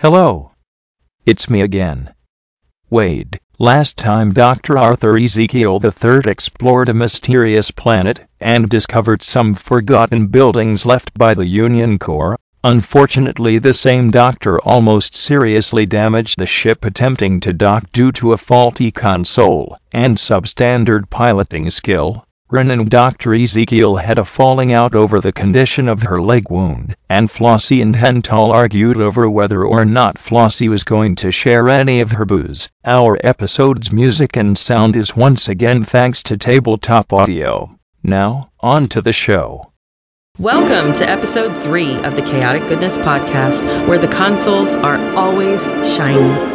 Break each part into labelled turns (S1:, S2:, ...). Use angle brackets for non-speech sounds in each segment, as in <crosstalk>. S1: Hello. It's me again. Wade, last time Dr. Arthur Ezekiel III explored a mysterious planet and discovered some forgotten buildings left by the Union Corps. Unfortunately, the same doctor almost seriously damaged the ship attempting to dock due to a faulty console and substandard piloting skill. Ren and Dr. Ezekiel had a falling out over the condition of her leg wound, and Flossie and Hental argued over whether or not Flossie was going to share any of her booze. Our episode's music and sound is once again thanks to Tabletop Audio. Now, on to the show.
S2: Welcome to episode three of the Chaotic Goodness Podcast, where the consoles are always shiny.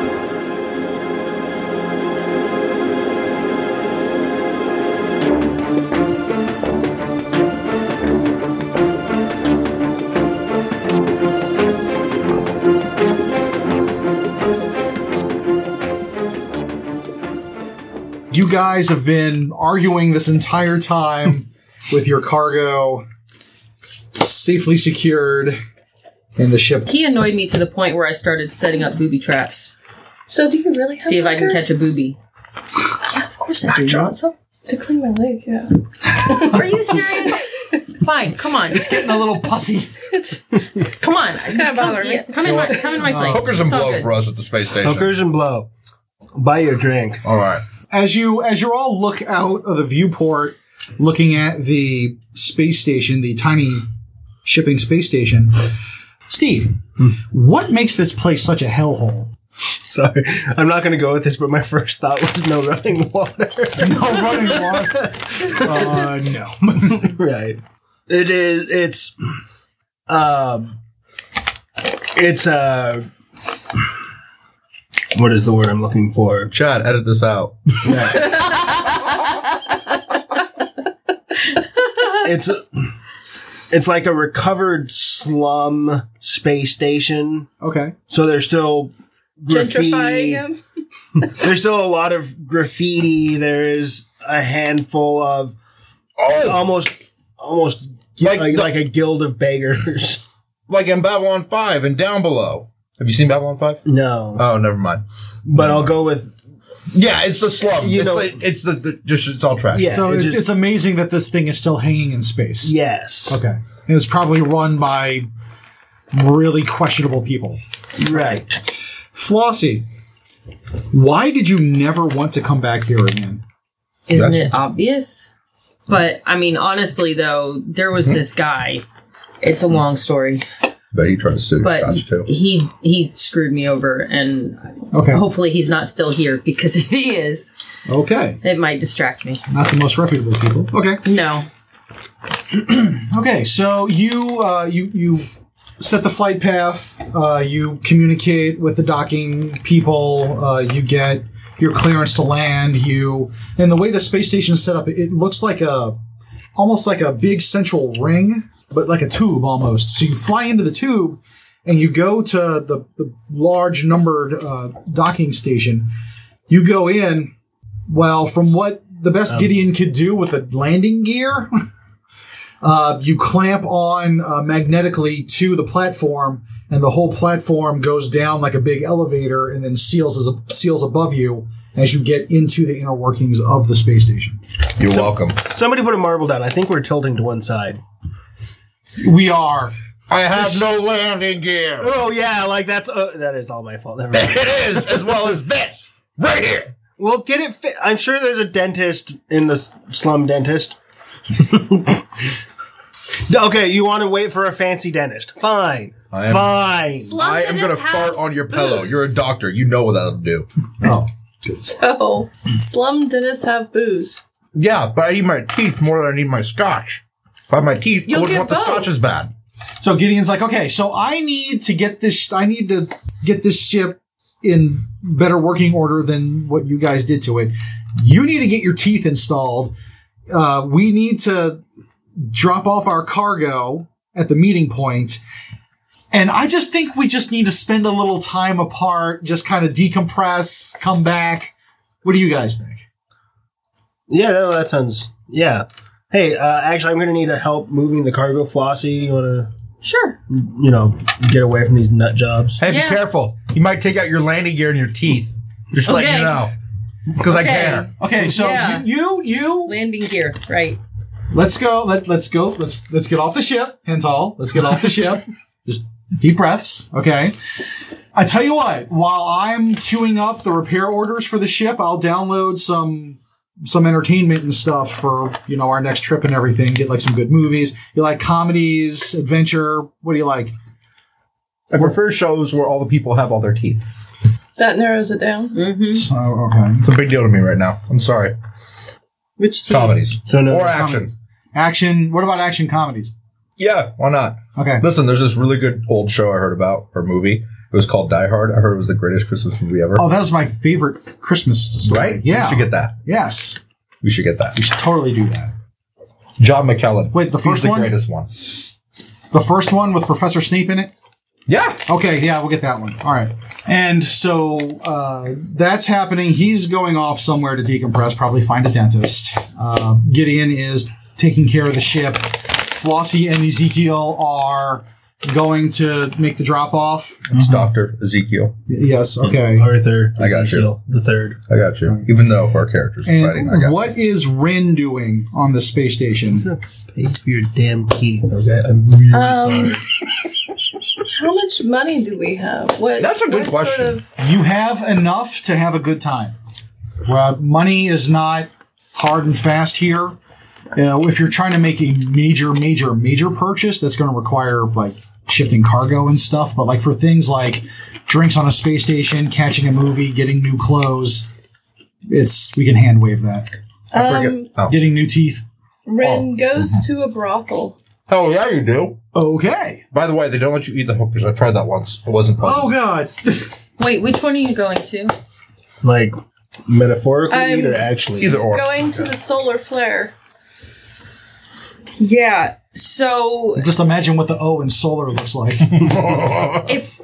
S3: you guys have been arguing this entire time with your cargo safely secured in the ship.
S2: He annoyed me to the point where I started setting up booby traps.
S4: So do you really have
S2: See if I can
S4: liquor?
S2: catch a booby.
S4: Yeah, of course I do. You want some? To clean my leg, yeah.
S2: Are you serious? <laughs> Fine, come on,
S3: It's getting a little pussy.
S2: come on. Come,
S4: bother me.
S2: yeah, come in my come in my place.
S5: Hookers and
S2: It's all
S5: blow
S2: good.
S5: for us at the space station.
S6: Hookers and blow. Buy your drink.
S5: All right.
S3: As you as you're all look out of the viewport, looking at the space station, the tiny shipping space station. Steve, what makes this place such a hellhole?
S6: Sorry, I'm not going to go with this, but my first thought was no running water. <laughs>
S3: No running water. <laughs> Uh, no.
S6: right. It is. It's. Um. It's Uh, what is the word I'm looking for?
S5: Chad, edit this
S6: <laughs>
S5: out.
S6: It's. It's like a recovered slum space station.
S3: Okay.
S6: So there's still graffiti.
S4: Gentrifying him.
S6: There's still a lot of graffiti. There's a handful of
S5: Oh,
S6: almost almost
S5: Like
S6: like,
S5: the-
S6: like a guild of beggars.
S5: like in Babylon 5 and Down Below. Have you seen Babylon 5?
S6: <laughs> No,
S5: Oh, never mind.
S6: but I'll go with
S5: Yeah, it's the slum.
S6: You
S5: it's,
S6: know-
S5: like, it's the, the just it's all trash.
S6: yeah.
S3: So
S6: it
S3: it's,
S6: just-
S3: it's amazing that this thing is still hanging in space.
S6: yes,
S3: Okay. And it's probably run by really questionable people.
S6: right.
S3: Flossie, why did you never want to come back here again?
S2: Isn't
S5: Gotcha.
S2: it obvious? But I mean, honestly, though, there
S5: Mm-hmm.
S2: was this guy. It's a long story,
S5: But he tried to sue
S2: but he he screwed me over, and
S3: Okay.
S2: hopefully he's not still here because <laughs> if he is,
S3: Okay.
S2: it might distract me.
S3: Not the most reputable people. Okay.
S2: No,
S3: Okay. So you uh, you you set the flight path. Uh, you communicate with the docking people. Uh, you get your clearance to land. You and the way the space station is set up, it looks like a almost like a big central ring, but like a tube almost. So you fly into the tube and you go to the, the large numbered uh, docking station. You go in. Well, from what the best Gideon could do with the landing gear, uh, you clamp on uh, magnetically to the platform, and the whole platform goes down like a big elevator, and then seals as seals above you as you get into the inner workings of the space station.
S5: You're welcome.
S6: Somebody put a marble down. I think we're tilting to one side.
S3: We are
S5: I have no landing gear.
S6: Oh yeah, like that's uh, that is all my fault. Never mind.
S5: It is as well as this right here.
S6: <laughs> Well, get it. Fi- I'm sure there's a dentist in the s- slum dentist. <laughs> okay, you want to wait for a fancy dentist? Fine,
S5: I am-
S6: fine.
S4: Love
S5: I
S4: that
S5: am
S4: his
S5: gonna
S4: house
S5: fart on your pillow.
S4: booze.
S5: You're a doctor. You know what that'll do.
S3: oh
S4: So, Oh, slum dentists have booze.
S5: Yeah, but I need my teeth more than I need my scotch. If I had my teeth, I
S4: You'll
S5: wouldn't
S4: get
S5: want the
S4: both.
S5: scotch as bad.
S3: So Gideon's like, okay, so I need to get this. I need to get this ship in better working order than what you guys did to it. You need to get your teeth installed. Uh, we need to drop off our cargo at the meeting point. And I just think we just need to spend a little time apart, just kind of decompress, come back. What do you guys think?
S6: Yeah, no, that sounds yeah. Hey, uh, actually, I'm gonna need a help moving the cargo, Flossie. You wanna?
S4: Sure.
S6: you know, get away from these nut jobs.
S5: Hey,
S4: Yeah.
S5: be careful. You might take out your landing gear and your teeth. Just letting
S2: Okay.
S5: you know. Because I
S2: Okay.
S5: care.
S3: Okay, so
S2: Yeah.
S3: you, you, you,
S2: Landing gear, right?
S3: let's go. Let, let's go. Let's let's get off the ship, Hental. Let's get
S5: <laughs>
S3: off the ship. Just deep breaths. Okay. I tell you what. While I'm queuing up the repair orders for the ship, I'll download some some entertainment and stuff for you know our next trip and everything. Get like some good movies. You like comedies, adventure? What do you like?
S5: I prefer shows where all the people have all their teeth.
S4: That narrows it down.
S2: Mm.
S5: Mm-hmm.
S3: So okay.
S5: It's a big deal to me right now. I'm sorry.
S4: Which team?
S5: Comedies.
S6: So no,
S5: Or action.
S3: Comedies. Action. What about action comedies?
S5: Yeah, why not?
S3: Okay.
S5: Listen, there's this really good old show I heard about, or movie. It was called Die Hard. I heard it was the greatest Christmas movie ever.
S3: Oh, that was my favorite Christmas story.
S5: right?
S3: Yeah.
S5: We should get that.
S3: yes.
S5: We should get that.
S3: We should totally do that.
S5: John McKellen.
S3: Wait, the
S5: He's
S3: first
S5: the
S3: one?
S5: greatest one.
S3: The first one with Professor Snape in it.
S5: Yeah.
S3: Okay, yeah, we'll get that one. All right. And so uh, that's happening. He's going off somewhere to decompress, probably find a dentist. Uh, Gideon is taking care of the ship. Flossie and Ezekiel are going to make the drop off.
S5: It's Dr. Ezekiel.
S3: Yes, okay.
S6: Arthur.
S5: I got
S6: Ezekiel The third.
S5: I got you. Even though our characters are fighting, I got
S3: And what is Ren doing on the space station?
S6: Pay for your damn key. Okay, I'm really
S4: Um, how much money do we have? What?
S5: That's a good
S4: what
S5: question.
S4: of-
S3: You have enough to have a good time. Well, money is not hard and fast here. Uh, if you're trying to make a major, major, major purchase, that's going to require like shifting cargo and stuff. But like for things like drinks on a space station, catching a movie, getting new clothes, it's we can hand wave that.
S5: I forget- oh.
S3: Getting new teeth.
S4: um, Ren goes to a brothel.
S5: Hell yeah, you do.
S3: Okay.
S5: By the way, they don't let you eat the hookers. I tried that once. It wasn't fun.
S3: Oh God.
S2: Wait, which one are you going to?
S6: <laughs> like metaphorically
S4: I'm-
S6: or actually.
S5: Either or.
S4: Going to the solar flare.
S2: Yeah. So
S3: Just imagine what the O in solar looks like. <laughs>
S2: if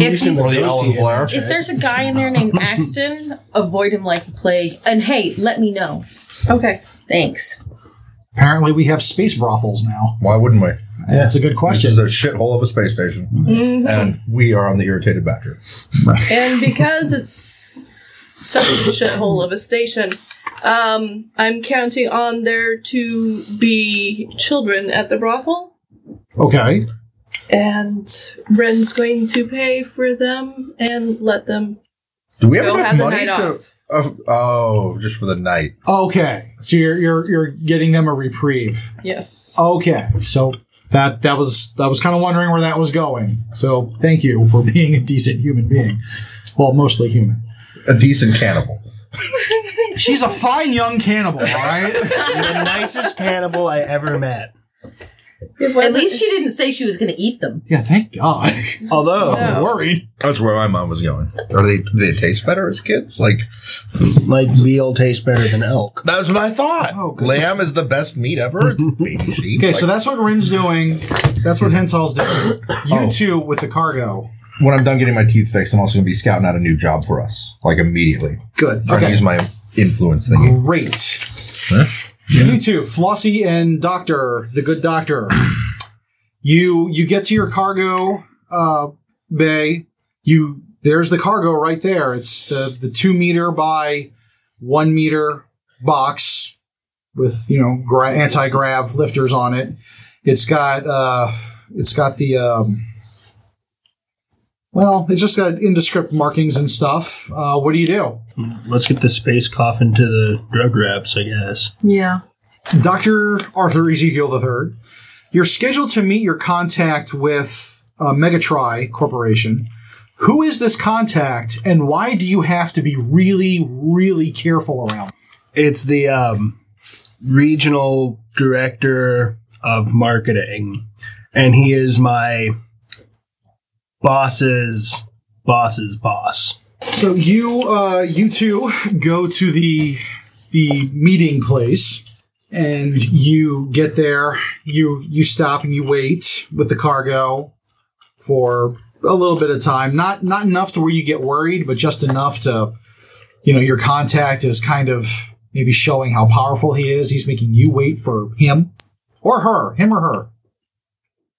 S2: if he's,
S5: Or the Ellen Blair.
S2: if there's a guy in there named Axton, <laughs> avoid him like the plague. And hey, let me know.
S4: Okay.
S2: Thanks.
S3: Apparently, we have space brothels now.
S5: Why wouldn't we?
S3: That's a good
S5: Which
S3: question.
S5: is a shithole of a space station.
S4: Mm-hmm.
S5: And we are on the irritated battery.
S4: And because it's such a shithole of a station, um, I'm counting on there to be children at the brothel,
S3: Okay.
S4: and Ren's going to pay for them and let them
S5: Do we have
S4: go
S5: enough
S4: have the night
S5: money to.
S4: off.
S5: of- oh, just for the night.
S3: Okay, so you're you're you're getting them a reprieve.
S4: Yes.
S3: Okay, so that that was I was kind of wondering where that was going. So thank you for <laughs> being a decent human being. Well, mostly human.
S5: A decent cannibal.
S3: She's a fine young cannibal, all right? <laughs>
S6: the nicest cannibal I ever met.
S2: At least she didn't say she was going to eat them.
S3: Yeah, thank God.
S6: Although,
S3: I
S4: Oh.
S3: was worried.
S5: That's where my mom was going. Are they? Do they taste better as kids? Like
S6: like veal tastes better than elk.
S5: that's what I thought.
S3: Oh, good.
S5: Lamb is the best meat ever.
S3: <laughs>
S5: It's baby sheep.
S3: Okay,
S5: Like,
S3: so that's what Rin's doing. That's what Hental's doing. You two with the cargo.
S5: when I'm done getting my teeth fixed, I'm also going to be scouting out a new job for us. Like immediately.
S3: Good.
S5: Trying to
S3: Okay.
S5: use my influence thingy.
S3: Great. You too, Flossie and Doctor, the good doctor. You you get to your cargo uh, bay. You there's the cargo right there. It's the the two meter by one meter box with you know gra- anti grav lifters on it. It's got uh, it's got the um, well, it's just got indescript markings and stuff. Uh, what do you do?
S6: Let's get the space coffin to the drug raps, I guess.
S2: Yeah.
S3: Dr. Arthur Ezekiel III, you're scheduled to meet your contact with uh, Megatri Corporation. Who is this contact, and why do you have to be really, really careful around?
S6: It's the um, regional director of marketing, and he is my boss's boss's boss.
S3: So you, uh, you two, go to the the meeting place, and you get there. You you stop and you wait with the cargo for a little bit of time. Not not enough to where you get worried, but just enough to, you know, your contact is kind of maybe showing how powerful he is. He's making you wait for him or her, him or her.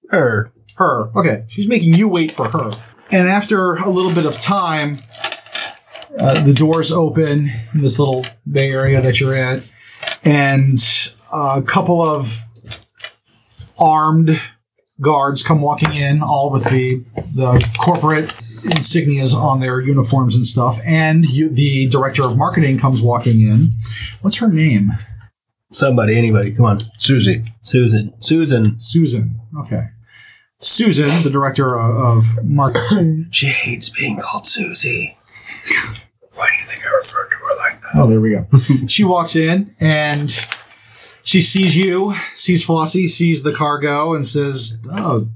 S6: Her.
S3: Her. Okay. She's making you wait for her. And after a little bit of time, uh, the doors open in this little bay area that you're at, and a couple of armed guards come walking in, all with the the corporate insignias on their uniforms and stuff. And you, the director of marketing comes walking in. What's her name?
S6: Somebody, anybody. Come on.
S5: Susie.
S6: Susan. Susan.
S3: Susan. Okay. Susan, the director of, of marketing.
S6: She hates being called Susie.
S5: Why do you think I referred to her like that?
S3: Oh, there we go. she walks in and she sees you, sees Flossie, sees the cargo, and says, "Oh,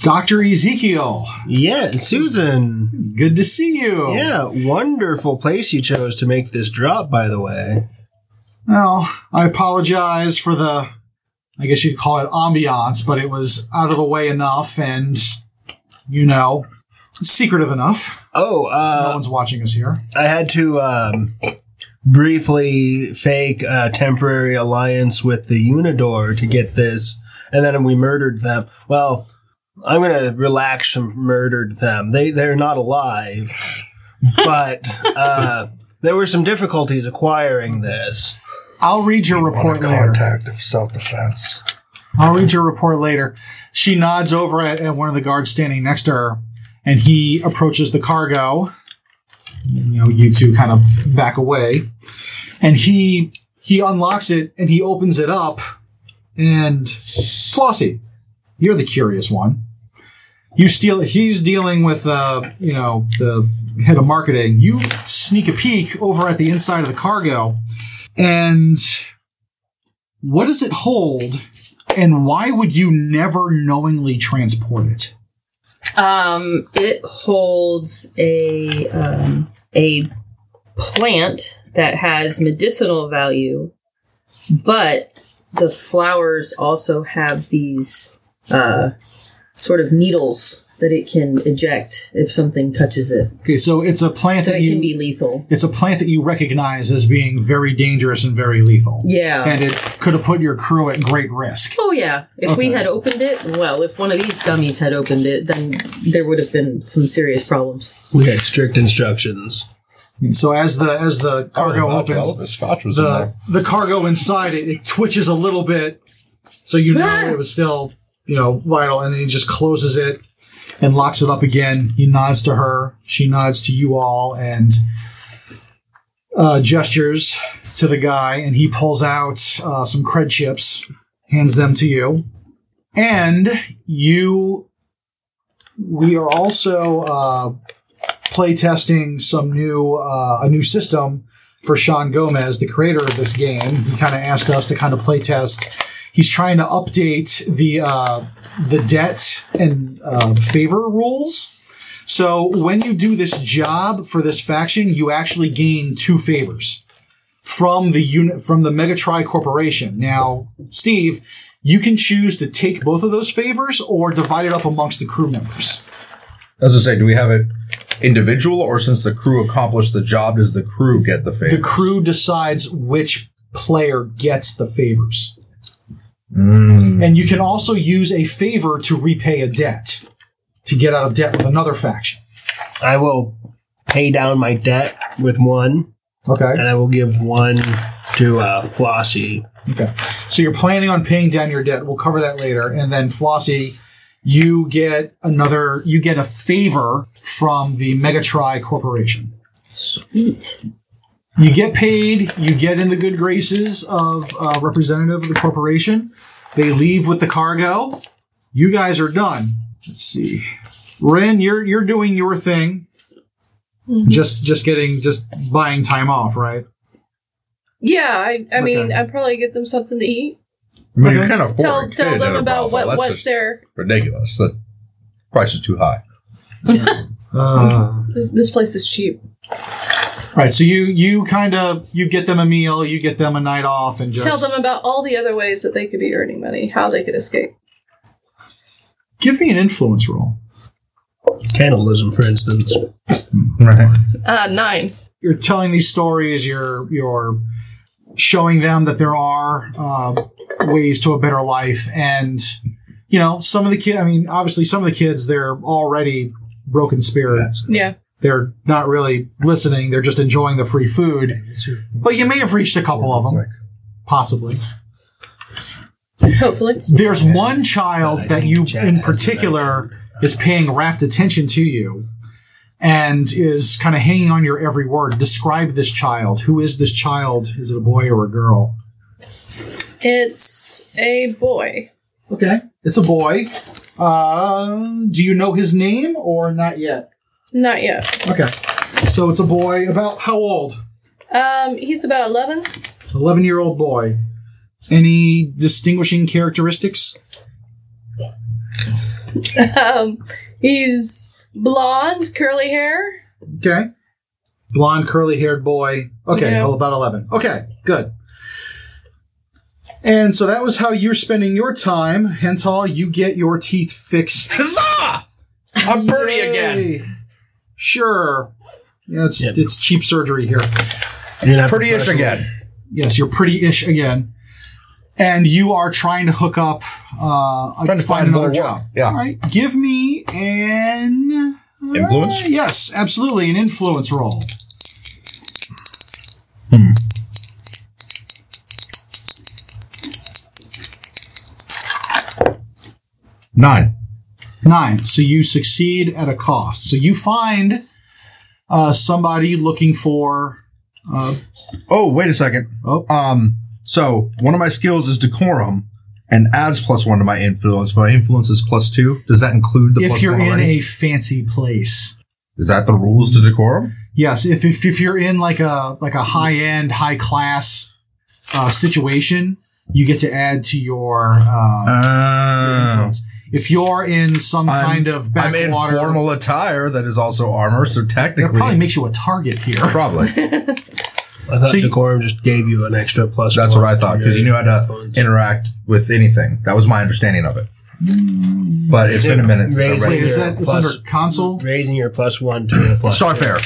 S3: Doctor Ezekiel,
S6: Yeah, Susan.
S3: it's good to see you."
S6: Yeah, wonderful place you chose to make this drop, by the way.
S3: Well, I apologize for the, I guess you'd call it ambiance, but it was out of the way enough, and you know, secretive enough.
S6: Oh,
S3: No
S6: uh,
S3: one's watching us here.
S6: I had to um, briefly fake a temporary alliance with the Unidor to get this, and then we murdered them. Well, I'm gonna relax from murdered them. They they're not alive, but uh, there were some difficulties acquiring this.
S3: I'll read your report later.
S5: Contact of self defense.
S3: I'll read your report later. She nods over at, at one of the guards standing next to her, and he approaches the cargo. You know, you two kind of back away, and he he unlocks it and he opens it up. And Flossie, you're the curious one. You steal. He's dealing with uh, you know the head of marketing. You sneak a peek over at the inside of the cargo, and what does it hold? And why would you never knowingly transport it?
S2: Um, it holds a um, a plant that has medicinal value, but the flowers also have these uh, sort of needles that it can eject if something touches it,
S3: Okay, so it's a plant
S2: so
S3: that
S2: it
S3: you
S2: can be lethal.
S3: it's a plant that you recognize as being very dangerous and very lethal.
S2: Yeah.
S3: And it could have put your crew at great risk.
S2: Oh yeah! If we had opened it, well, if one of these dummies had opened it, then there would have been some serious problems.
S6: We had strict instructions.
S3: So as the as the cargo
S5: Oh,
S3: opens,
S5: well, the scotch was in
S3: the
S5: there.
S3: the cargo inside it, it twitches a little bit, so you know
S2: Ah!
S3: it was still you know vital, and then he just closes it and locks it up again. He nods to her, she nods to you all, and uh, gestures to the guy, and he pulls out uh, some cred chips, hands them to you, and you. We are also uh, playtesting some new uh, a new system for Sean Gomez, the creator of this game. He kind of asked us to kind of play test. He's trying to update the uh, the debt and uh, favor rules. So when you do this job for this faction, you actually gain two favors from the unit from the Megatri Corporation. Now, Steve, you can choose to take both of those favors or divide it up amongst the crew members.
S5: As I say, do we have it individual or since the crew accomplished the job, does the crew get the favor?
S3: The crew decides which player gets the favors.
S5: Mm.
S3: And you can also use a favor to repay a debt, to get out of debt with another faction.
S6: I will pay down my debt with one.
S3: Okay.
S6: and I will give one to uh, Flossie.
S3: Okay. So you're planning on paying down your debt. We'll cover that later. And then Flossie, you get another, you get a favor from the Megatri Corporation.
S2: Eat.
S3: You get paid. You get in the good graces of a representative of the corporation. They leave with the cargo. You guys are done. Let's see. Ren, you're you're doing your thing.
S4: Mm-hmm.
S3: Just just getting just buying time off, right?
S4: Yeah, I, I mean,
S3: Okay.
S4: I probably get them something to eat.
S5: I mean, you
S3: Okay.
S5: can afford
S4: Tell
S5: a kid
S4: tell
S5: at
S4: them
S5: a
S4: about
S5: brothel.
S4: what
S5: That's
S4: what
S5: just
S4: their
S5: ridiculous. The price is too high.
S3: Uh,
S4: this place is cheap.
S3: right. So you you kind of you get them a meal, you get them a night off, and just
S4: Tell them about all the other ways that they could be earning money, how they could escape.
S3: give me an influence roll.
S6: Cannibalism, for instance.
S5: Right.
S4: Uh, nine.
S3: you're telling these stories you're you're um, showing them that there are uh, ways to a better life and you know, some of the kids, I mean, obviously some of the kids, they're already broken spirits.
S4: Yeah. <laughs>
S3: They're not really listening. They're just enjoying the free food. But you may have reached a couple of them, possibly.
S4: Hopefully.
S3: There's one child
S6: But I
S3: that
S6: think
S3: you,
S6: Jack
S3: in
S6: has
S3: particular, is paying rapt attention to you and is kind of hanging on your every word. Describe this child. Who is this child? Is it a boy or a girl?
S4: It's a boy.
S3: Okay. It's a boy. Uh, do you know his name or not yet?
S4: Not yet.
S3: Okay. So it's a boy about how old?
S4: Um, he's about 11.
S3: 11 year old boy. Any distinguishing characteristics?
S4: Um, he's blonde, curly hair.
S3: Okay. Blonde, curly haired boy. Okay,
S4: Yeah.
S3: well, about 11. Okay, good. And so that was how you're spending your time. Hental, you get your teeth fixed.
S7: I'm Bernie again.
S3: Yay. Sure. Yeah, it's,
S6: Yep.
S3: it's cheap surgery here.
S6: You're not
S5: Pretty-ish again.
S3: Yes, you're pretty ish again. And you are trying to hook up, uh,
S5: Trying to find
S3: another
S5: more
S3: job.
S5: work. Yeah.
S3: All right. Give me an
S5: Influence?
S3: Uh, yes, absolutely, an influence roll.
S5: Nine.
S3: Nine. So you succeed at a cost. So you find uh, somebody looking for. Uh,
S5: Oh, wait a second.
S3: oh,
S5: Um, so one of my skills is decorum and adds plus one to my influence. My influence is plus two. Does that include the
S3: if
S5: plus
S3: you're
S5: one
S3: in
S5: already?
S3: a fancy place.
S5: is that the rules to decorum?
S3: Yes, if, if, if you're in like a like a high end, high class uh, situation, you get to add to your uh,
S5: Uh,
S3: influence. If you're in some
S5: I'm-
S3: kind of
S5: I'm in
S3: backwater,
S5: formal attire that is also armor, so
S3: that
S5: technically,
S3: probably makes you a target here.
S5: <laughs> probably.
S6: I thought
S3: So you-
S6: decorum just gave you an extra plus.
S5: That's
S6: one
S5: what I
S6: to
S5: thought
S6: your
S5: because you knew how to
S6: influence.
S5: interact with anything. That was my understanding of it.
S3: Mm.
S5: But it's been a minute since I
S6: Raise
S3: Wait,
S5: read
S3: is
S5: it.
S3: that it's
S6: Plus-
S3: under console?
S6: Raising your plus one to your plus.
S5: Starfare.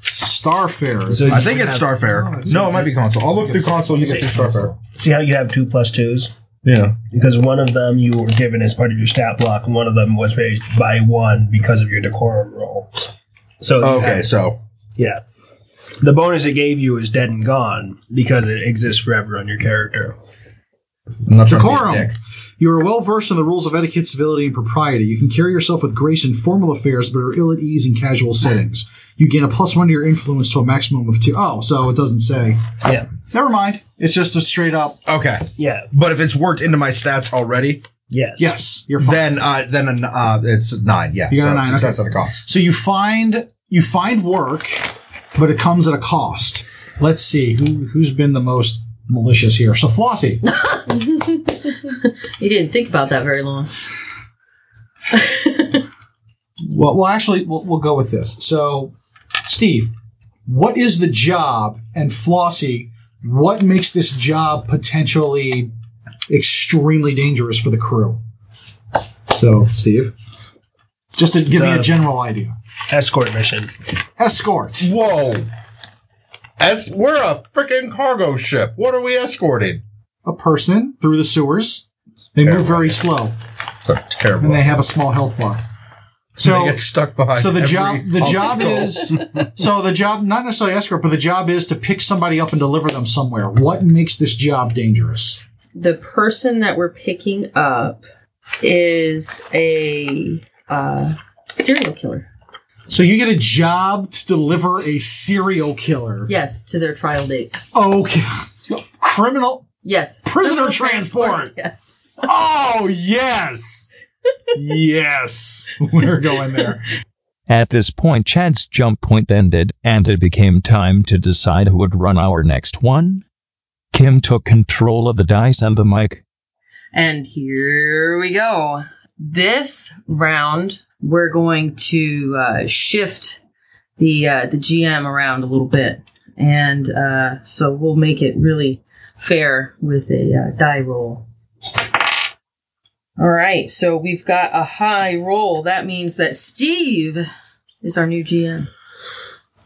S3: Starfare.
S6: So
S5: I
S6: you
S5: think it's
S6: have-
S3: Oh,
S5: Starfare. No, it might be console. I'll look through console. You can see Starfare.
S6: See how you have two plus twos
S5: Yeah.
S6: because one of them you were given as part of your stat block, and one of them was raised by one because of your decorum roll. So you
S5: Okay,
S6: have-
S5: so
S6: yeah. The bonus it gave you is dead and gone because it exists forever on your character.
S5: I'm not trying to be a
S3: Decorum.
S5: dick.
S3: You are well versed in the rules of etiquette, civility, and propriety. You can carry yourself with grace in formal affairs, but are ill at ease in casual settings. You gain a plus one to your influence to a maximum of two. Oh, so it doesn't say.
S6: Yeah,
S3: Never mind. It's just a straight up
S5: Okay,
S6: yeah,
S5: but if it's worked into my stats already,
S6: yes,
S3: yes. You're fine.
S5: then uh, then an, uh, it's nine. Yeah,
S3: You got a nine,
S5: Success
S3: okay.
S5: at a cost.
S3: So you find you find work, but it comes at a cost. Let's see who who's been the most malicious here. So Flossie.
S7: You didn't think about that very long.
S3: Well, well, actually, we'll, we'll go with this. So, Steve, what is the job? And Flossie, what makes this job potentially extremely dangerous for the crew? So, Steve, just to give me a
S6: Uh,
S3: general idea.
S6: escort mission.
S3: Escort.
S5: Whoa. As we're a freaking cargo ship. What are we escorting?
S3: A person through the sewers. They move very slow,
S5: It's a terrible.
S3: and they have a small health bar.
S5: They
S3: So,
S5: get stuck behind.
S3: so the
S5: every
S3: job the job
S5: obstacle.
S3: is <laughs> so the job not necessarily escort but the job is to pick somebody up and deliver them somewhere what makes this job dangerous
S2: the person that we're picking up is a uh, serial killer.
S3: so you get a job to deliver a serial killer
S7: Yes, to their trial date.
S3: okay criminal
S7: Yes.
S3: prisoner transport
S7: Yes.
S3: oh yes yes <laughs> we're going there
S1: At this point, Chad's jump point ended, and it became time to decide who would run our next one. Kim took control of the dice and the mic.
S7: And here we go.
S2: This round, we're going to uh, shift the uh, the GM around a little bit, and uh, so we'll make it really fair with a uh, die roll. All right, so we've got a high roll. That means that Steve is our new GM.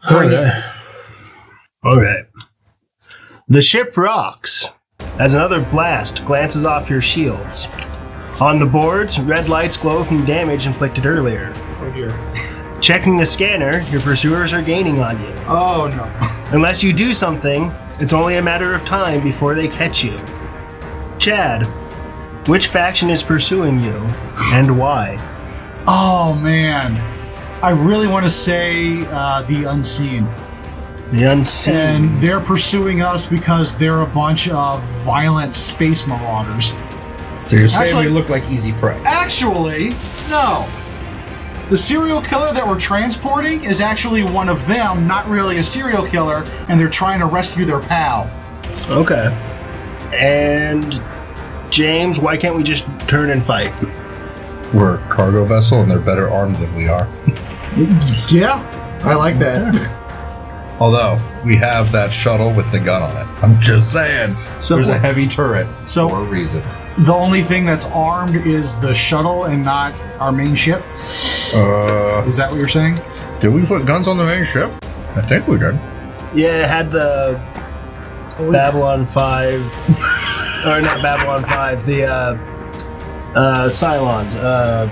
S6: All right. All right. The ship rocks as another blast glances off your shields. On the boards, red lights glow from damage inflicted earlier.
S3: Oh dear.
S6: Checking the scanner, your pursuers are gaining on you.
S3: Oh no.
S6: Unless you do something, it's only a matter of time before they catch you. Chad, which faction is pursuing you, and why?
S3: Oh man. I really want to say uh, the unseen.
S6: The unseen.
S3: And they're pursuing us because they're a bunch of violent space marauders.
S5: So you're saying
S3: Actually-
S5: we look like easy prey?
S3: Actually, no. The serial killer that we're transporting is actually one of them, not really a serial killer, and they're trying to rescue their pal.
S6: Okay. And James, why can't we just turn and fight?
S5: We're a cargo vessel, and they're better armed than we are.
S3: Yeah, I like <laughs> that.
S5: Although we have that shuttle with the gun on it. I'm just saying,
S3: So-
S5: there's a heavy turret
S3: So-
S5: for a reason.
S3: the only thing that's armed is the shuttle and not our main ship.
S5: Uh,
S3: Is that what you're saying?
S5: did we put guns on the main ship? I think we did.
S6: Yeah, it had the Babylon 5. or not Babylon 5, the uh, uh, Cylons. Uh,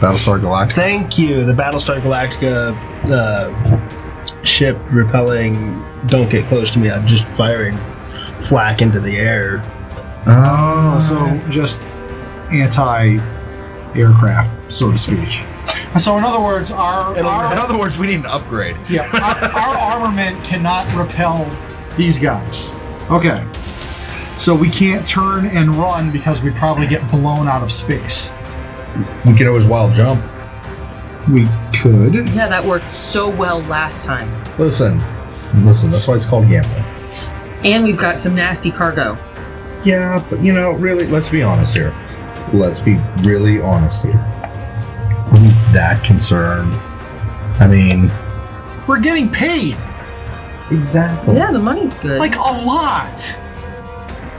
S5: Battlestar Galactica.
S6: thank you, the Battlestar Galactica uh, ship repelling. Don't get close to me, I'm just firing flak into the air.
S5: Oh,
S3: So just anti aircraft, so to speak. So in other words, our,
S5: in
S3: our,
S5: other words, we need an upgrade.
S3: yeah, our, our armament cannot repel these guys. Okay. So we can't turn and run because we probably get blown out of space.
S5: We can always wild jump.
S3: We could.
S2: Yeah, that worked so well last time.
S5: Listen, listen. That's why it's called gambling.
S2: And we've got some nasty cargo.
S5: Yeah, but you know, really, let's be honest here. Let's be really honest here. Are we that concerned? I mean,
S3: We're getting paid
S5: exactly.
S7: Yeah, the money's good.
S3: like a lot.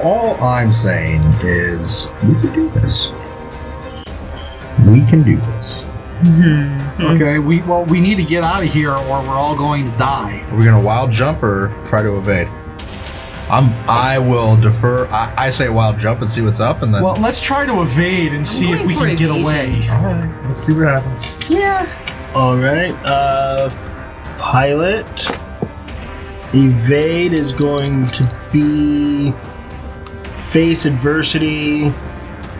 S5: All I'm saying is we can do this. We can do this.
S2: Mm-hmm.
S3: Okay. We well, we need to get out of here, or we're all going to die.
S5: Are we gonna wild jump or try to evade? I'm. I will defer. I, I say wild jump and see what's up, and then.
S3: Well, let's try to evade and see if
S7: going
S3: we
S7: for
S3: can get
S7: evasion.
S3: away.
S5: all right. Let's see what happens.
S7: yeah.
S6: All right. Uh, pilot. Evade is going to be face adversity.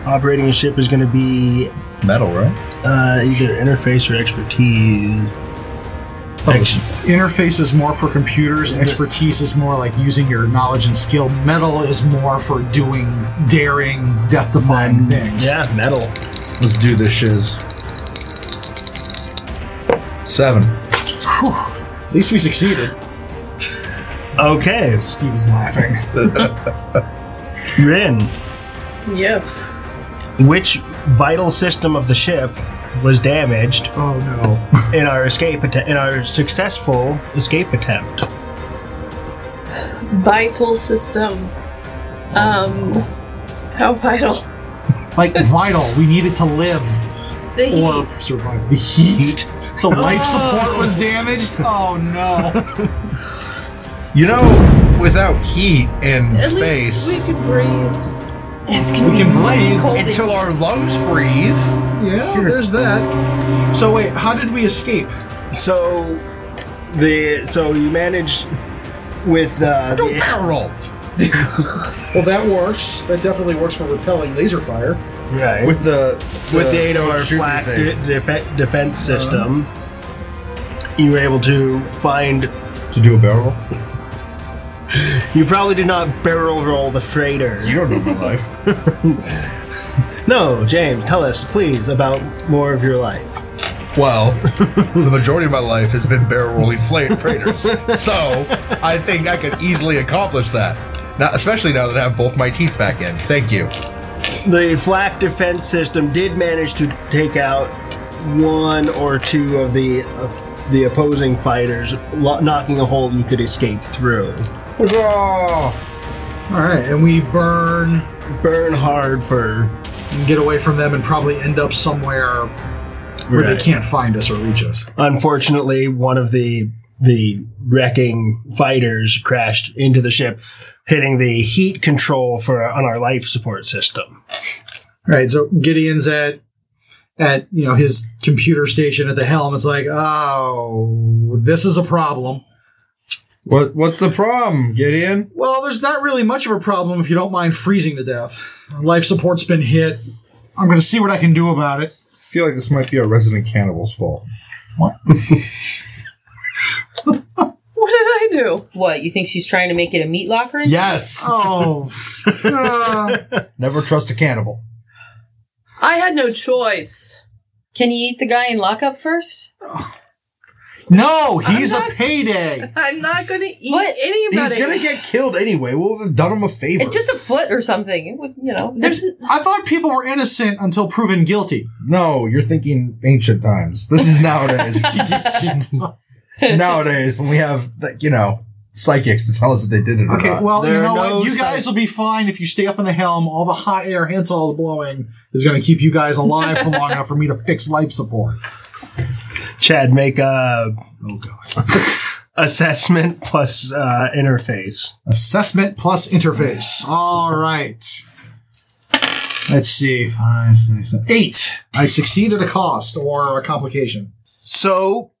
S6: Operating a ship is going to be
S5: Metal, right?
S6: uh, either interface or expertise.
S5: Oh,
S6: Ex-
S3: Interface is more for computers. Expertise is more like using your knowledge and skill. Metal is more for doing daring, death-defying things.
S6: yeah, metal.
S5: Let's do this, shiz. Seven.
S3: At least we succeeded.
S6: Okay,
S3: Steve's laughing.
S6: Rin.
S4: Yes.
S6: Which vital system of the ship was damaged
S3: Oh no.
S6: in our escape att- in our successful escape attempt?
S4: Vital system. Um, how vital?
S3: <laughs> Like vital. We needed to live
S4: The heat.
S3: or survive the heat. So life support was damaged. Oh <laughs> no.
S5: You know, without heat in
S4: At
S5: space,
S4: least we could breathe.
S7: It's gonna
S3: We
S7: be
S3: can
S7: really
S3: breathe
S7: cold.
S5: until our lungs freeze.
S3: Yeah, there's that. So wait, how did we escape?
S6: So the so you managed with uh,
S5: Don't
S6: the,
S5: barrel roll
S3: <laughs> Well, that works. That definitely works for repelling laser fire.
S6: right with,
S5: with the
S6: the eight hour
S5: shooting
S6: flak
S5: thing.
S6: de- defe- defense system. you were able to find.
S5: to do a barrel roll.
S6: You probably did not barrel roll the freighter.
S5: <laughs> You don't know my life.
S6: no, James, tell us please about more of your life.
S5: Well, <laughs> the majority of my life has been barrel rolling <laughs> fla- freighters, so I think I could easily accomplish that. Now, especially now that I have both my teeth back in. Thank you.
S6: The flak defense system did manage to take out one or two of the of the opposing fighters, lo- knocking a hole you could escape through.
S3: All right, and we burn
S6: Burn hard for
S3: and get away from them and probably end up somewhere where
S6: Right.
S3: they can't find us or reach us.
S6: unfortunately, one of the the wrecking fighters crashed into the ship, hitting the heat control for on our life support system.
S3: All right, so Gideon's at at you know his computer station at the helm. It's like, oh, this is a problem.
S5: What What's the problem, Gideon?
S3: Well, there's not really much of a problem if you don't mind freezing to death. Life support's been hit. I'm going to see what I can do about it.
S5: I feel like this might be our resident cannibal's fault.
S4: What did I do?
S2: What, you think she's trying to make it a meat locker? and
S5: Yes.
S6: <laughs>
S3: Oh, uh,
S5: Never trust a cannibal.
S4: I had no choice.
S2: shit? Can you eat the guy in lockup first?
S3: no, he's
S4: not-
S3: a payday.
S4: I'm not gonna eat
S2: What?
S5: He's
S4: anybody.
S5: gonna get killed anyway. We'll have done him a favor.
S2: It's just a foot or something. It would, you know.
S3: It's, I thought people were innocent until proven guilty.
S5: no, you're thinking ancient times. This is nowadays.
S2: <laughs>
S5: nowadays, when we have like you know psychics to tell us if they did it or
S3: Okay,
S5: not.
S3: well, you
S6: Uh, There are
S3: know
S6: no
S3: what? You guys
S6: signs.
S3: will be fine if you stay up in the helm. All the hot air Hansel's blowing is going to keep you guys alive for long enough for me to fix life support.
S6: Chad, make a
S3: Oh, God.
S6: assessment <laughs> plus uh, interface.
S3: Assessment plus interface. All right. Let's see. Five, six, seven, eight. I succeed at a cost or a complication.
S6: So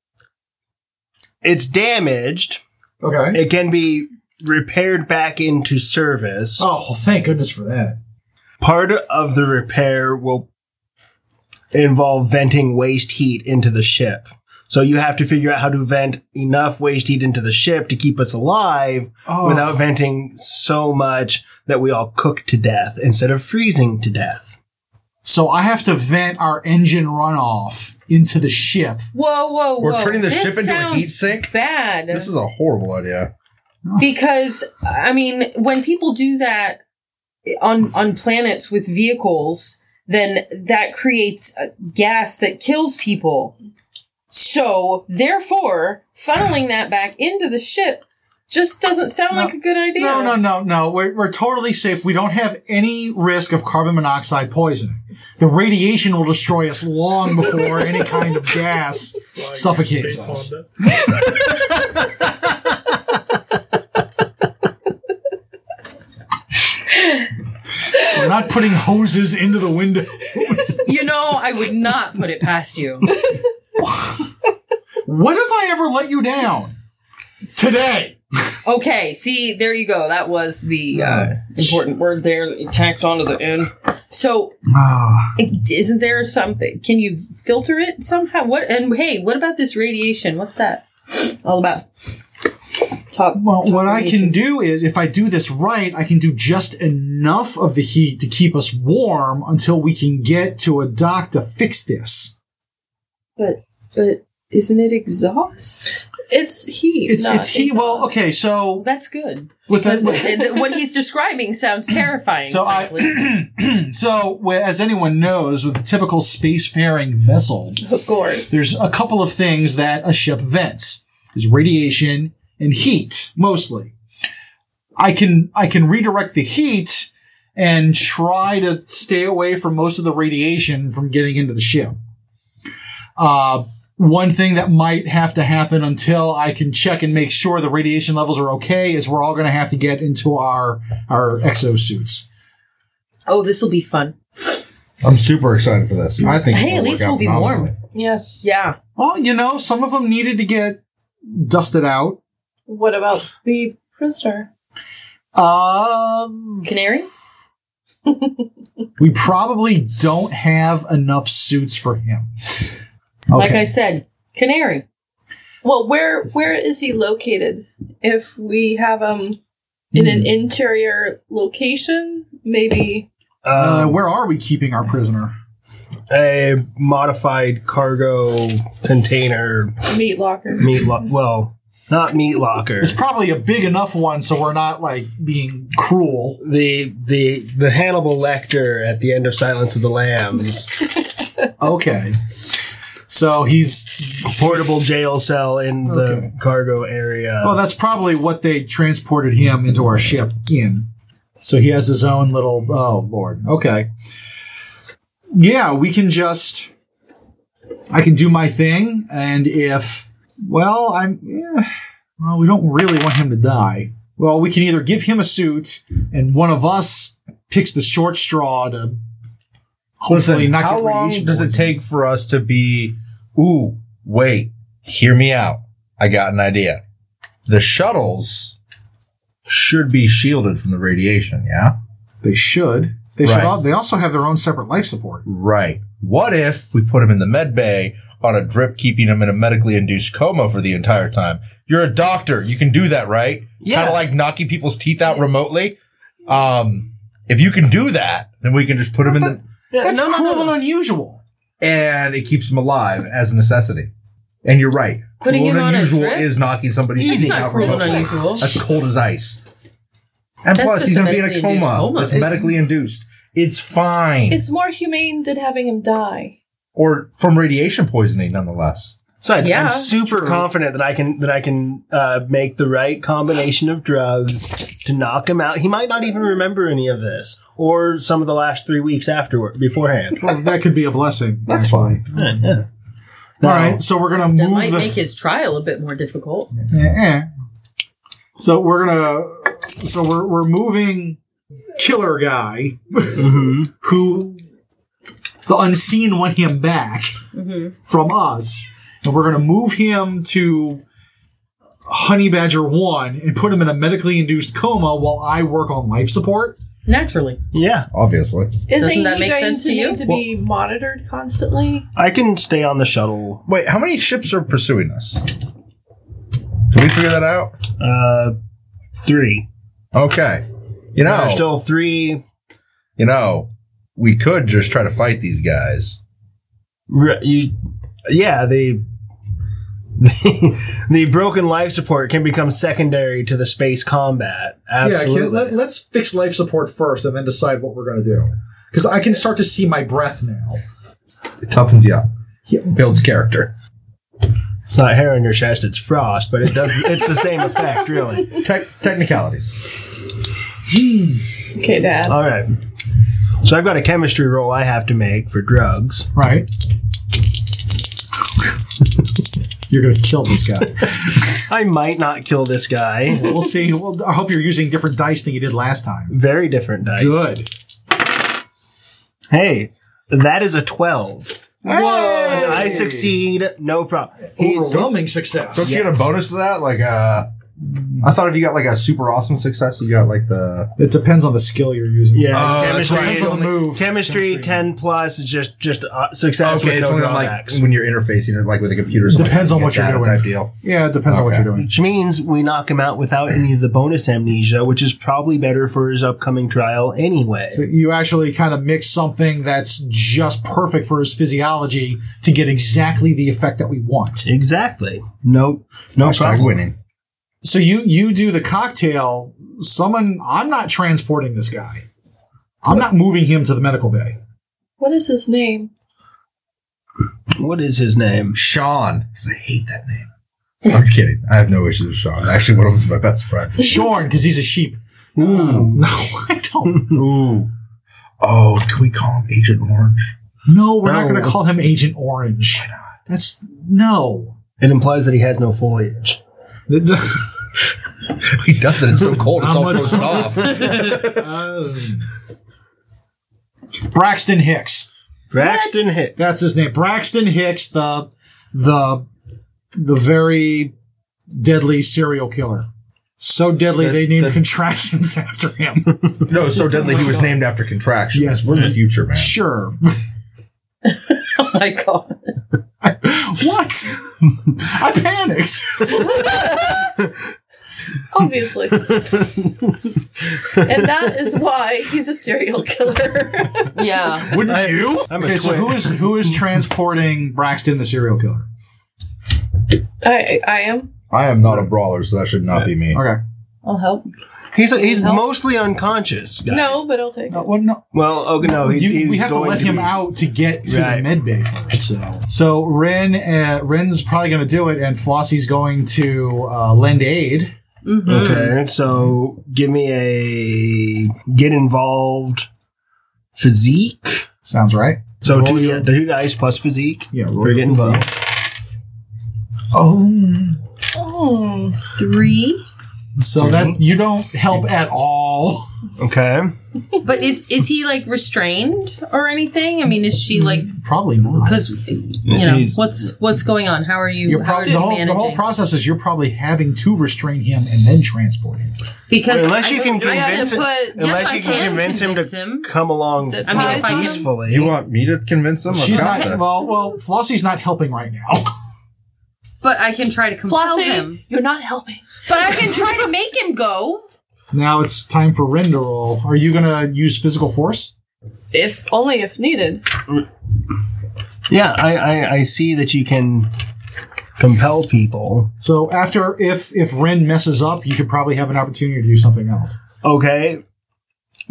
S6: it's damaged.
S3: Okay.
S6: It can be repaired back into service.
S3: Oh, well, thank goodness for that.
S6: Part of the repair will involve venting waste heat into the ship. So you have to figure out how to vent enough waste heat into the ship to keep us alive
S3: Oh.
S6: without venting so much that we all cook to death instead of freezing to death.
S3: So I have to vent our engine runoff into the ship.
S2: Whoa, whoa, whoa.
S5: We're turning the
S2: This
S5: ship into a
S2: sounds
S5: heat sink.
S2: Bad.
S5: This is a horrible idea.
S2: because I mean, when people do that on on planets with vehicles, then that creates a gas that kills people. So, therefore, funneling that back into the ship just doesn't sound like a good idea.
S3: No, no, no, no. We're, we're totally safe. We don't have any risk of carbon monoxide poisoning. The radiation will destroy us long before any kind of gas suffocates us. We're not putting hoses into the window.
S7: You know, I would not put it past you.
S3: What if I ever let you down? Today.
S2: Okay, see, there you go. That was the uh, important word there that you tacked onto the end. So,
S3: Ah.
S2: it- isn't there something? Can you filter it somehow? What? And hey, what about this radiation? What's that all about? Talk.
S3: Well, what I
S2: radiation.
S3: can do is, if I do this right, I can do just enough of the heat to keep us warm until we can get to a dock to fix this.
S2: But but isn't it exhaust?
S4: It's heat.
S3: It's
S4: not
S3: it's heat. Well, okay, so
S2: That's good.
S3: with
S2: Because
S3: that,
S2: th- th- what he's describing
S3: <laughs>
S2: sounds terrifying.
S3: so
S2: frankly.
S3: I so wh- as anyone knows, with the typical spacefaring vessel,
S4: Of course.
S3: there's a couple of things that a ship vents is radiation and heat mostly i can i can redirect the heat and try to stay away from most of the radiation from getting into the ship uh, one thing that might have to happen until i can check and make sure the radiation levels are okay is we're all going to have to get into our our exosuits
S2: oh, this will be fun.
S5: I'm super excited for this. I think. it's
S2: Hey,
S5: gonna
S2: at
S5: work
S2: least
S5: out
S2: we'll be
S5: phenomenally.
S2: warm.
S4: Yes.
S2: Yeah.
S3: well you know some of them needed to get dusted out
S4: What about the prisoner?
S3: um
S2: Canary.
S3: We probably don't have enough suits for him.
S2: Like I
S3: Okay.
S2: said, canary.
S4: Well, where where is he located? If we have him in an interior location, maybe.
S3: uh,
S6: Um,
S3: where are we keeping our prisoner?
S6: a modified cargo container
S4: meat locker.
S6: meat lo- well, not meat locker.
S3: It's probably a big enough one, so we're not like being cruel.
S6: The the the Hannibal Lecter at the end of Silence of the Lambs,
S3: Okay. So he's.
S6: portable jail cell in the
S3: Okay.
S6: cargo area.
S3: Well, that's probably what they transported him into our ship in. So he has his own little. Oh lord. Okay. Yeah, we can just. I can do my thing, and if well, I'm. Yeah, well, we don't really want him to die. Well, we can either give him a suit, and one of us picks the short straw to hopefully
S5: Listen,
S3: not
S5: how
S3: get
S5: long
S3: radiation
S5: does it
S3: poisoning.
S5: take for us to be? Ooh, wait, hear me out. I got an idea. The shuttles should be shielded from the radiation. Yeah,
S3: They should. They
S5: Right.
S3: should. All, they also have their own separate life support.
S5: right. What if we put them in the med bay on a drip, keeping them in a medically induced coma for the entire time? You're a doctor. You can do that, right?
S6: Yeah.
S5: Kind of like knocking people's teeth out remotely. Um, if you can do that, then we can just put them in the
S6: Yeah,
S3: That's
S6: no, no,
S3: cruel
S6: no, no.
S3: and unusual.
S5: and it keeps them alive as a necessity. And you're right.
S2: Putting
S5: cruel
S2: him
S5: and
S2: on a
S5: unusual
S2: drip?
S5: is knocking somebody's
S7: It's
S5: teeth
S7: not
S5: out
S7: cruel and
S5: remotely.
S7: unusual.
S5: That's cold as ice. And
S7: That's
S5: plus,
S7: just
S5: he's
S7: a
S5: going to be in a
S7: medically induced
S5: coma.
S7: coma.
S5: That's medically induced. It's fine.
S4: It's more humane than having him die.
S5: or from radiation poisoning, nonetheless.
S6: Besides,
S7: Yeah,
S6: I'm super confident that I can that I can uh, make the right combination of drugs to knock him out. He might not even remember any of this or some of the last three weeks afterward beforehand.
S3: Well, that could be a blessing. That's fine.
S6: Yeah, yeah.
S3: All right, so we're gonna
S7: That
S3: move
S7: might
S3: the.
S7: make his trial a bit more difficult.
S3: Yeah, eh. So we're gonna. So we're we're moving killer guy Mm-hmm.
S6: Mhm.
S3: who the unseen want him back
S7: Mm-hmm.
S3: from us, and we're gonna move him to Honey Badger One and put him in a medically induced coma while I work on life support.
S7: Naturally.
S6: Yeah,
S5: Obviously.
S4: Isn't
S7: Doesn't that
S4: he
S7: make
S4: going
S7: sense to you?
S4: need to be monitored constantly?
S6: I can stay on the shuttle.
S5: Wait, how many ships are pursuing us? Did we figure that out?
S6: Uh, three.
S5: Okay. You know,
S3: Oh.
S6: There's still three.
S5: you know, we could just try to fight these guys.
S6: re- You, yeah, the, <laughs> the broken life support can become secondary to the space combat.
S3: Yeah,
S6: Absolutely.
S3: let, let's fix life support first, and then decide what we're gonna do. Because I can start to see my breath now.
S5: It toughens you up.
S3: Yeah.
S5: Builds character.
S6: It's not hair on your chest; it's frost, but it does. It's the same effect, really.
S3: <laughs>
S5: Tec- technicalities.
S4: Okay, Dad.
S6: All right. So I've got a chemistry roll I have to make for drugs.
S3: Right. <laughs> You're gonna kill this guy.
S6: I might not kill this guy.
S3: we'll see. Well, I hope you're using different dice than you did last time.
S6: Very different dice.
S3: Good.
S6: Hey, that is a twelve.
S3: Whoa!
S6: I succeed, no problem. He's
S3: Overwhelming success.
S5: Don't you get a bonus to that? Like, uh, I thought if you got like a super awesome success, you got like the
S3: It depends on the skill you're using. Uh,
S6: yeah.
S5: Oh, that's
S6: chemistry,
S5: right.
S6: is only-
S3: Move.
S6: chemistry, ten plus is just just uh, success with
S5: it's
S6: no
S5: when I'm,
S6: drawbacks,
S5: when you're interfacing or like with a computer. or something,
S3: Depends
S5: you
S3: on
S5: get
S3: what you're
S5: that
S3: doing.
S5: Type deal.
S3: Yeah, it depends on what
S5: Okay.
S3: you're doing.
S6: which means we knock him out without any of the bonus amnesia, which is probably better for his upcoming trial anyway.
S3: So you actually kind of mix something that's just perfect for his physiology to get exactly the effect that we want.
S6: Exactly. No, no problem.
S5: winning.
S3: So you you do the cocktail. Someone, I'm not transporting this guy. I'm not moving him to the medical bay.
S4: What is his name?
S6: What is his name?
S5: Sean, because I hate that name. I'm kidding. I have no issues with Sean. Actually, one of them's my best friend.
S3: Shorn, because he's a sheep.
S5: Ooh,
S3: <laughs> No, I don't.
S5: ooh. Oh, can we call him Agent Orange?
S3: No, we're not
S6: No.
S3: going to call him Agent Orange. That's no.
S6: It implies that he has no foliage.
S3: That's-
S5: <laughs> He does it. It's so cold. It's
S3: How
S5: all
S3: much-
S5: frozen off.
S3: Um, Braxton Hicks.
S6: Braxton hit.
S3: That's his name. Braxton Hicks, the the the very deadly serial killer. So deadly they named contractions <laughs> after him.
S5: No, so deadly. He was named after contractions.
S3: Yes.
S5: we're in the future, man.
S3: sure.
S7: <laughs> Oh my god.
S3: what? I panicked.
S4: Obviously. and that is why he's a
S7: <laughs>
S4: serial killer.
S2: <laughs>
S7: Yeah.
S5: Wouldn't you?
S6: I'm
S3: Okay,
S6: a
S3: so
S6: twin.
S3: who is who is transporting Braxton the serial killer?
S4: I, I am.
S5: I am not a brawler, so that should not be me.
S3: Okay.
S7: I'll help.
S6: he's he's mostly unconscious. guys.
S4: No, but I'll take it.
S3: Uh, well, no,
S6: Well, oh no, he,
S3: you,
S6: he's
S3: we have to
S6: going
S3: let him
S6: be-
S3: out to get to the
S6: Right.
S3: med bay first. So, so Ren, uh, Ren's probably going to do it, and Flossie's going to uh, lend aid.
S6: Okay, so give me a get involved physique.
S3: Sounds right.
S6: So
S3: Roll
S6: two,
S3: your-
S6: two dice plus physique.
S3: Yeah, roll
S6: for
S3: your
S6: get
S3: physique.
S6: involved.
S3: Oh,
S4: Oh,
S7: Three.
S3: so that you don't help at all.
S6: Okay.
S2: But is is he like restrained or anything? I mean, is she like
S3: Probably not.
S7: Because you know
S6: He's-
S7: what's what's going on. How are you?
S3: You're
S7: How are
S3: probably,
S7: you
S3: the, whole, the
S7: managing?
S3: whole process is you're probably having to restrain him and then transport him.
S2: because
S6: unless you
S2: I-
S6: can
S4: I gotta
S6: convince him,
S4: put-
S6: unless
S2: Yes,
S6: you
S2: I
S6: can
S2: can
S6: convince,
S2: convince
S6: him to
S2: him.
S6: come along
S4: Zip
S2: I mean, if I can-
S6: peacefully.
S5: You want me to convince them? Let's
S3: She's
S5: go
S3: not
S5: then.
S3: well. Well, Flossie's not helping right now. <laughs>
S2: but I can try to compel him.
S4: Flossie, you're not helping.
S2: But I can try to make him go.
S3: Now it's time for Rin to roll. Are you gonna use physical force?
S4: If only if needed.
S6: yeah, I, I, I see that you can compel people.
S3: So after, if if Rin messes up, you could probably have an opportunity to do something else.
S6: Okay.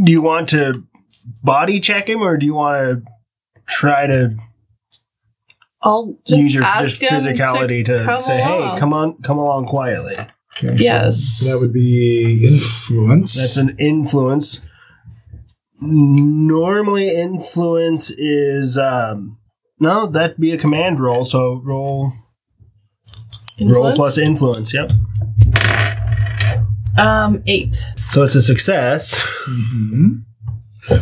S6: Do you want to body check him, or do you want to try to
S4: I'll just
S6: use your
S4: ask
S6: just
S4: him
S6: physicality to, say,
S4: along.
S6: "Hey, come on, come along quietly"?
S3: Okay, so-
S4: Yes.
S3: so that would be influence.
S6: That's an influence. Normally, influence is um, no. That'd be a command roll. So roll roll
S4: Influence?
S6: plus influence. Yep.
S4: Um, eight.
S6: So it's a success,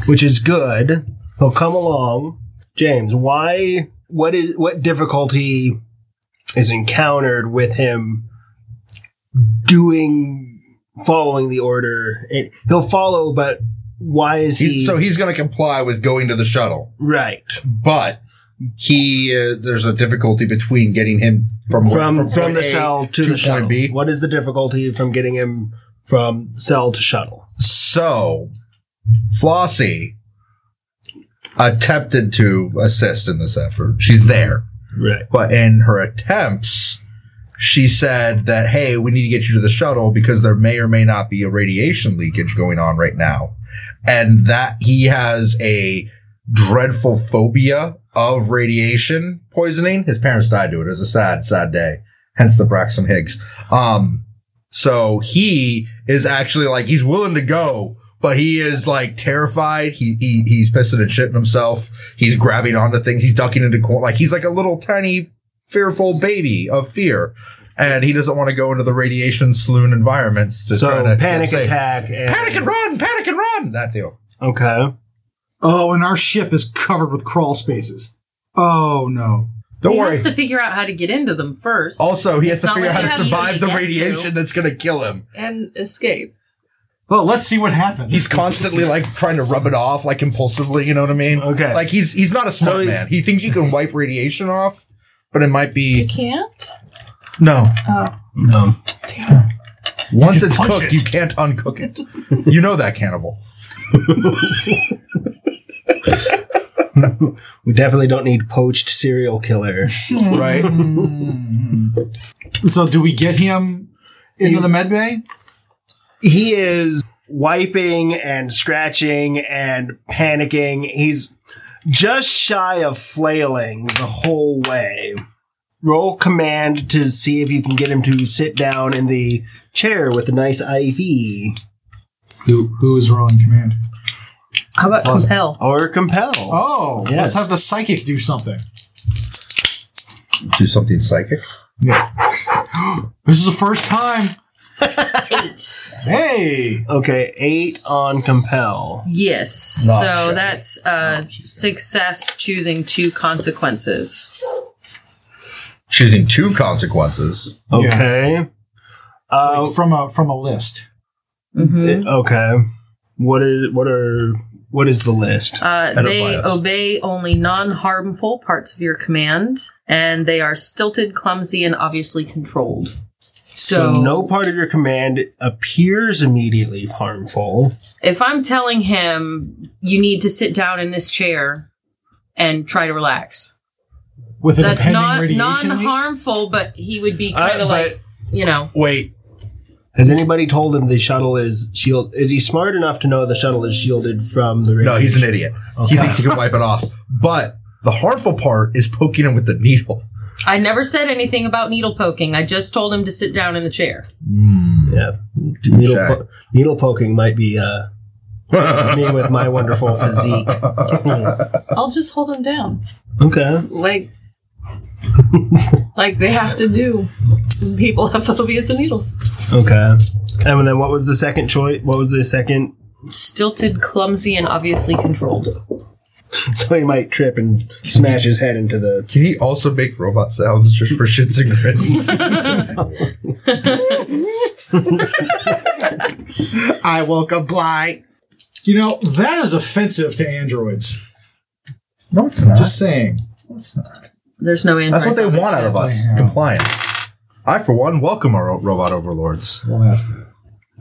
S6: which is good. He'll come along, James. Why? What is what difficulty is encountered with him doing following the order? It, he'll follow, but why is he
S5: He's, so he's going to comply with going to the shuttle,
S6: right
S5: but he uh, there's a difficulty between getting him from
S6: from from,
S5: point
S6: the
S5: A
S6: cell to, the
S5: point
S6: shuttle?
S5: B.
S6: What is the difficulty from getting him from cell to shuttle?
S5: So Flossie attempted to assist in this effort. She's there.
S6: Right.
S5: But in her attempts, she said that, hey, we need to get you to the shuttle because there may or may not be a radiation leakage going on right now. And that he has a dreadful phobia of radiation poisoning. His parents died to it. It was a sad, sad day. Hence the Braxton Higgs. Um, so he is actually like, he's willing to go, but he is like terrified. He, he, he's pissing and shitting himself. He's grabbing onto things. He's ducking into corn. Like he's like a little tiny fearful baby of fear. And he doesn't want to go into the radiation saloon environments to
S6: So
S5: try to get
S6: panic
S5: safe.
S6: attack. And,
S5: Panic and run! Panic and run! That deal.
S6: Okay.
S3: oh, and our ship is covered with crawl spaces. Oh no.
S5: Don't
S2: he
S5: worry.
S2: has to figure out how to get into them first.
S3: Oh,
S5: also, he has
S2: It's
S5: to
S2: not
S5: figure
S2: like
S5: out
S2: they
S5: how to
S2: have easy
S5: survive
S2: to
S5: the
S2: get to.
S5: radiation that's going to kill him.
S4: And escape.
S3: Well, let's see what happens.
S5: He's constantly like trying to rub it off, like impulsively. You know what I mean?
S6: Okay.
S5: Like he's he's not a smart
S6: he's-
S5: man. He thinks you can wipe radiation off, but it might
S4: You
S5: be
S4: can't?
S5: no.
S2: Oh.
S6: No.
S5: Once it's
S3: punch
S5: cooked,
S3: it.
S5: you can't uncook it. you know that cannibal.
S6: We definitely don't need poached serial killer.
S5: right?
S2: Mm-hmm.
S3: so do we get him into the med bay?
S6: he is wiping and scratching and panicking. He's just shy of flailing the whole way. Roll command to see if you can get him to sit down in the chair with the nice IV
S3: Who who is rolling command?
S7: How about
S3: Awesome. <laughs>
S7: compel?
S6: or compel.
S3: Oh,
S6: Yes.
S3: let's have the psychic do something.
S5: Do something psychic.
S3: This is the first time.
S2: Eight.
S3: Hey,
S6: Okay, eight on compel.
S7: Yes.
S5: Not
S2: so
S5: sure.
S7: that's uh, success choosing two consequences.
S5: Choosing two consequences.
S6: Okay. Uh,
S3: Like, from a from a list.
S6: it- okay. What is what are what is the list?
S7: Uh,
S5: Out of
S7: they
S5: bias.
S7: obey only non harmful parts of your command, and they are stilted, clumsy, and obviously controlled. So,
S6: So no part of your command appears immediately harmful.
S7: if I'm telling him, you need to sit down in this chair and try to relax,
S3: With an
S7: that's
S3: impending
S7: not non
S3: radiation leak?
S7: harmful, but he would be kind
S6: Uh,
S7: of like,
S6: but-
S7: you know,
S5: Wait,
S6: Has anybody told him the shuttle is shield? Is he smart enough to know the shuttle is shielded from the?
S5: no, he's
S6: radiation?
S5: an idiot. He thinks he can wipe it off, but the harmful part is poking him with the needle.
S7: I never said anything about needle poking. I just told him to sit down in the chair.
S6: yeah. Needle,
S5: Shy.
S6: po- needle poking might be
S5: <laughs>
S6: uh, me with my wonderful physique.
S4: I'll just hold him down.
S6: okay.
S4: Like, like they have to do. People have phobias of needles.
S6: Okay. And then what was the second <laughs> choice? What was the second
S7: Stilted, clumsy, and obviously controlled.
S6: So he might trip and smash his head into the.
S5: Can he also make robot sounds just for shits and
S7: <laughs>
S5: grins?
S3: I woke up blind. You know, that is offensive to androids.
S5: no, it's not.
S3: Just saying.
S2: There's no androids.
S5: That's what they
S2: on this
S5: want out of
S2: ship.
S5: us. Compliance. I, for one, welcome our robot overlords.
S3: Don't ask.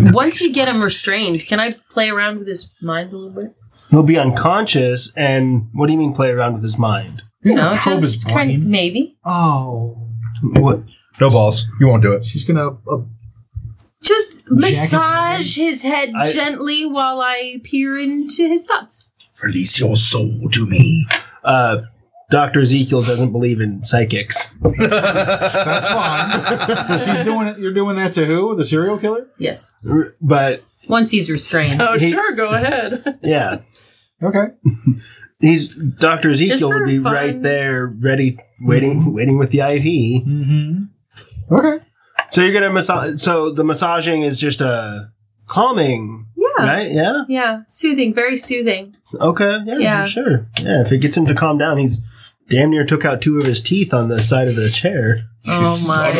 S7: Once you get him restrained, can I play around with his mind a little bit?
S6: He'll be unconscious, and what do you mean play around with his mind?
S3: You
S7: No,
S3: know, probe his
S7: just kind
S3: brain.
S7: maybe.
S3: Oh,
S6: What?
S5: No balls. You won't do it.
S3: she's gonna. Uh,
S7: Just
S3: his
S7: massage his head
S6: I-
S7: gently while I peer into his thoughts.
S5: Release your soul to me.
S6: Uh, Dr. Ezekiel doesn't believe in psychics.
S3: that's fine. <laughs> she's doing it. You're doing that to who? The serial killer?
S7: Yes.
S6: R- But,
S7: Once he's restrained.
S4: Oh,
S6: He-
S4: sure, go ahead.
S6: yeah.
S3: Okay.
S6: He's Dr. Ezekiel
S7: for
S6: would be
S7: fun.
S6: right there, ready, waiting,
S5: Mm-hmm.
S6: waiting with the IV.
S3: Mm-hmm. Okay.
S6: So you're gonna massage. So the massaging is just a calming,
S7: yeah.
S6: right? Yeah.
S7: Yeah. Soothing. Very soothing.
S6: Okay. Yeah,
S7: Yeah.
S6: Sure. Yeah. If it gets him to calm down, he's damn near took out two of his teeth on the side of the chair.
S7: <laughs> Oh my.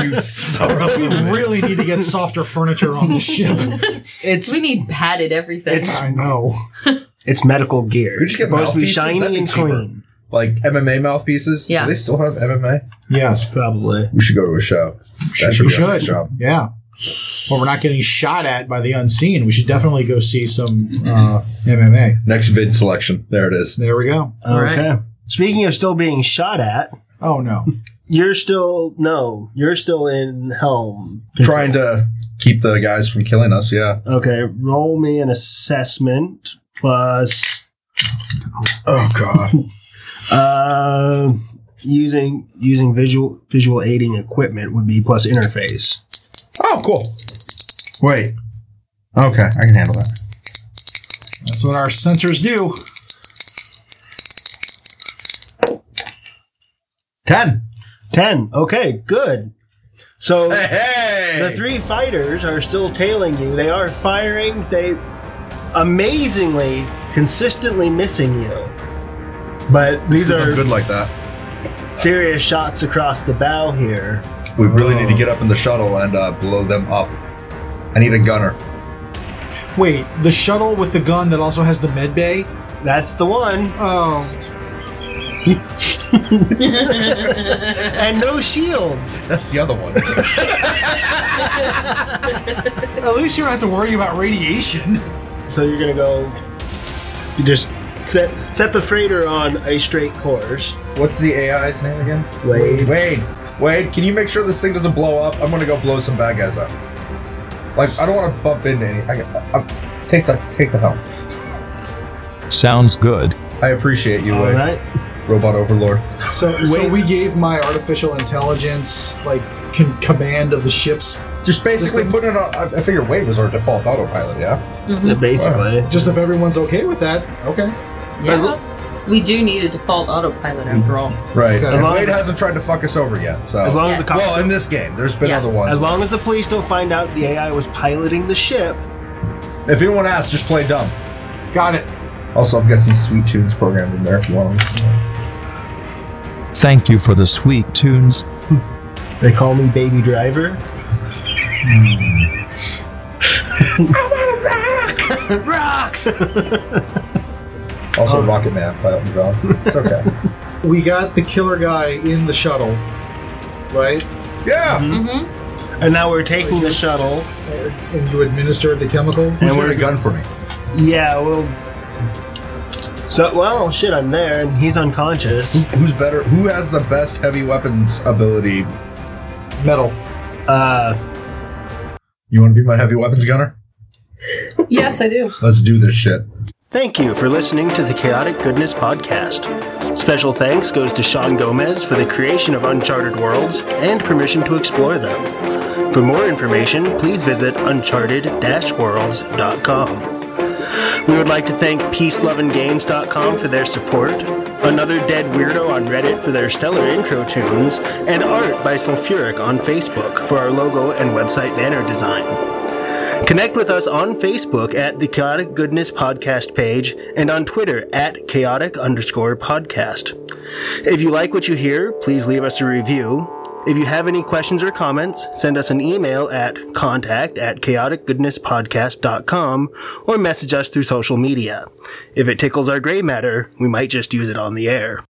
S7: <laughs>
S5: You son of
S3: We
S5: a bitch.
S3: really need to get softer furniture on the ship.
S6: It's
S2: We need padded everything.
S6: It's-
S3: I know.
S6: it's medical gear.
S5: We
S6: It's
S5: just get
S6: supposed to be
S5: mouthpieces? That'd
S6: shiny
S5: be
S6: and
S5: cheaper.
S6: clean.
S5: Like MMA mouthpieces?
S7: Yeah.
S5: Do they still have MMA?
S3: Yes.
S6: Probably.
S5: We should go to a show. That
S3: we
S5: be our next
S3: should.
S5: job.
S3: Yeah. Well, we're not getting shot at by the unseen. We should definitely go see some uh, MMA.
S5: Next vid selection. There it is.
S3: There we go.
S2: All right.
S6: okay. Speaking of still being shot at,
S3: Oh no.
S6: you're still no, you're still in helm.
S5: Trying to keep the guys from killing us. Yeah.
S6: Okay, roll me an assessment plus
S5: Oh, God.
S6: Uh, using using visual visual aiding equipment would be plus interface.
S5: Oh, cool. Wait. Okay, I can handle that.
S3: That's what our sensors do.
S5: Ten.
S6: Ten. Okay, good. So
S5: Hey.
S6: the three fighters are still tailing you. They are firing. They amazingly consistently missing you. But these
S5: I'm
S6: are
S5: good like that.
S6: serious shots across the bow here.
S5: We really need to get up in the shuttle and uh, blow them up. I need a gunner.
S3: Wait, the shuttle with the gun that also has the med bay?
S6: That's the one.
S3: Oh,
S6: And no shields.
S5: That's the other one.
S3: at least you don't have to worry about radiation.
S6: So you're gonna go. You just set set the freighter on a straight course.
S5: <laughs> What's the AI's name again?
S6: Wade.
S5: Wade. Wade, can you make sure this thing doesn't blow up? I'm gonna go blow some bad guys up. Like I don't want to bump into any. I, I, I, take the take the helm.
S1: Sounds good.
S5: I appreciate you,
S6: All
S5: Wade.
S6: right.
S5: Robot Overlord.
S3: So, so we gave my artificial intelligence like con- command of the ships,
S5: Just basically
S3: Systems.
S5: putting it on. I, I figure Wade was our default autopilot. Yeah.
S6: Yeah, basically.
S3: just if everyone's okay with that. Okay.
S6: As,
S7: Yeah. We do need a default autopilot
S3: Mm.
S7: after all.
S5: Right.
S3: Okay.
S5: And
S3: As
S6: long
S5: Wade
S6: as-
S5: hasn't tried to fuck us over yet. So.
S6: as long as the cops,
S5: well, in this game, there's been
S7: Yeah.
S5: other ones.
S6: as long as the police don't find out the AI was piloting the ship,
S5: If anyone asks, just play dumb.
S3: Got it.
S5: Also, I've got some sweet tunes programmed in there if you want them.
S1: Thank you for the sweet tunes.
S6: they call me Baby Driver. rock. Oh.
S5: Also, Rocket Man by Elton John. It's
S6: <laughs>
S5: okay.
S3: We got the killer guy in the shuttle, right?
S5: yeah.
S7: Mm-hmm.
S6: And now we're taking the shuttle.
S3: And you administered the chemical.
S5: Who's got a gun for me?
S6: Yeah, well. So well, shit, I'm there, and he's unconscious.
S5: Who's better? Who has the best heavy weapons ability?
S3: Metal.
S6: Uh,
S5: You want to be my heavy weapons gunner?
S4: <laughs> yes, I do.
S5: Let's do this shit.
S6: thank you for listening to the Chaotic Goodness podcast. Special thanks goes to Sean Gomez for the creation of Uncharted Worlds and permission to explore them. For more information, please visit uncharted-worlds.com. We would like to thank peacelovingames.com for their support, Another Dead Weirdo on Reddit for their stellar intro tunes, and Art by Sulfuric on Facebook for our logo and website banner design. Connect with us on Facebook at the Chaotic Goodness Podcast page and on Twitter at chaotic underscore podcast. If you like what you hear, please leave us a review. If you have any questions or comments, send us an email at contact at chaoticgoodnesspodcast.com or message us through social media. If it tickles our gray matter, we might just use it on the air.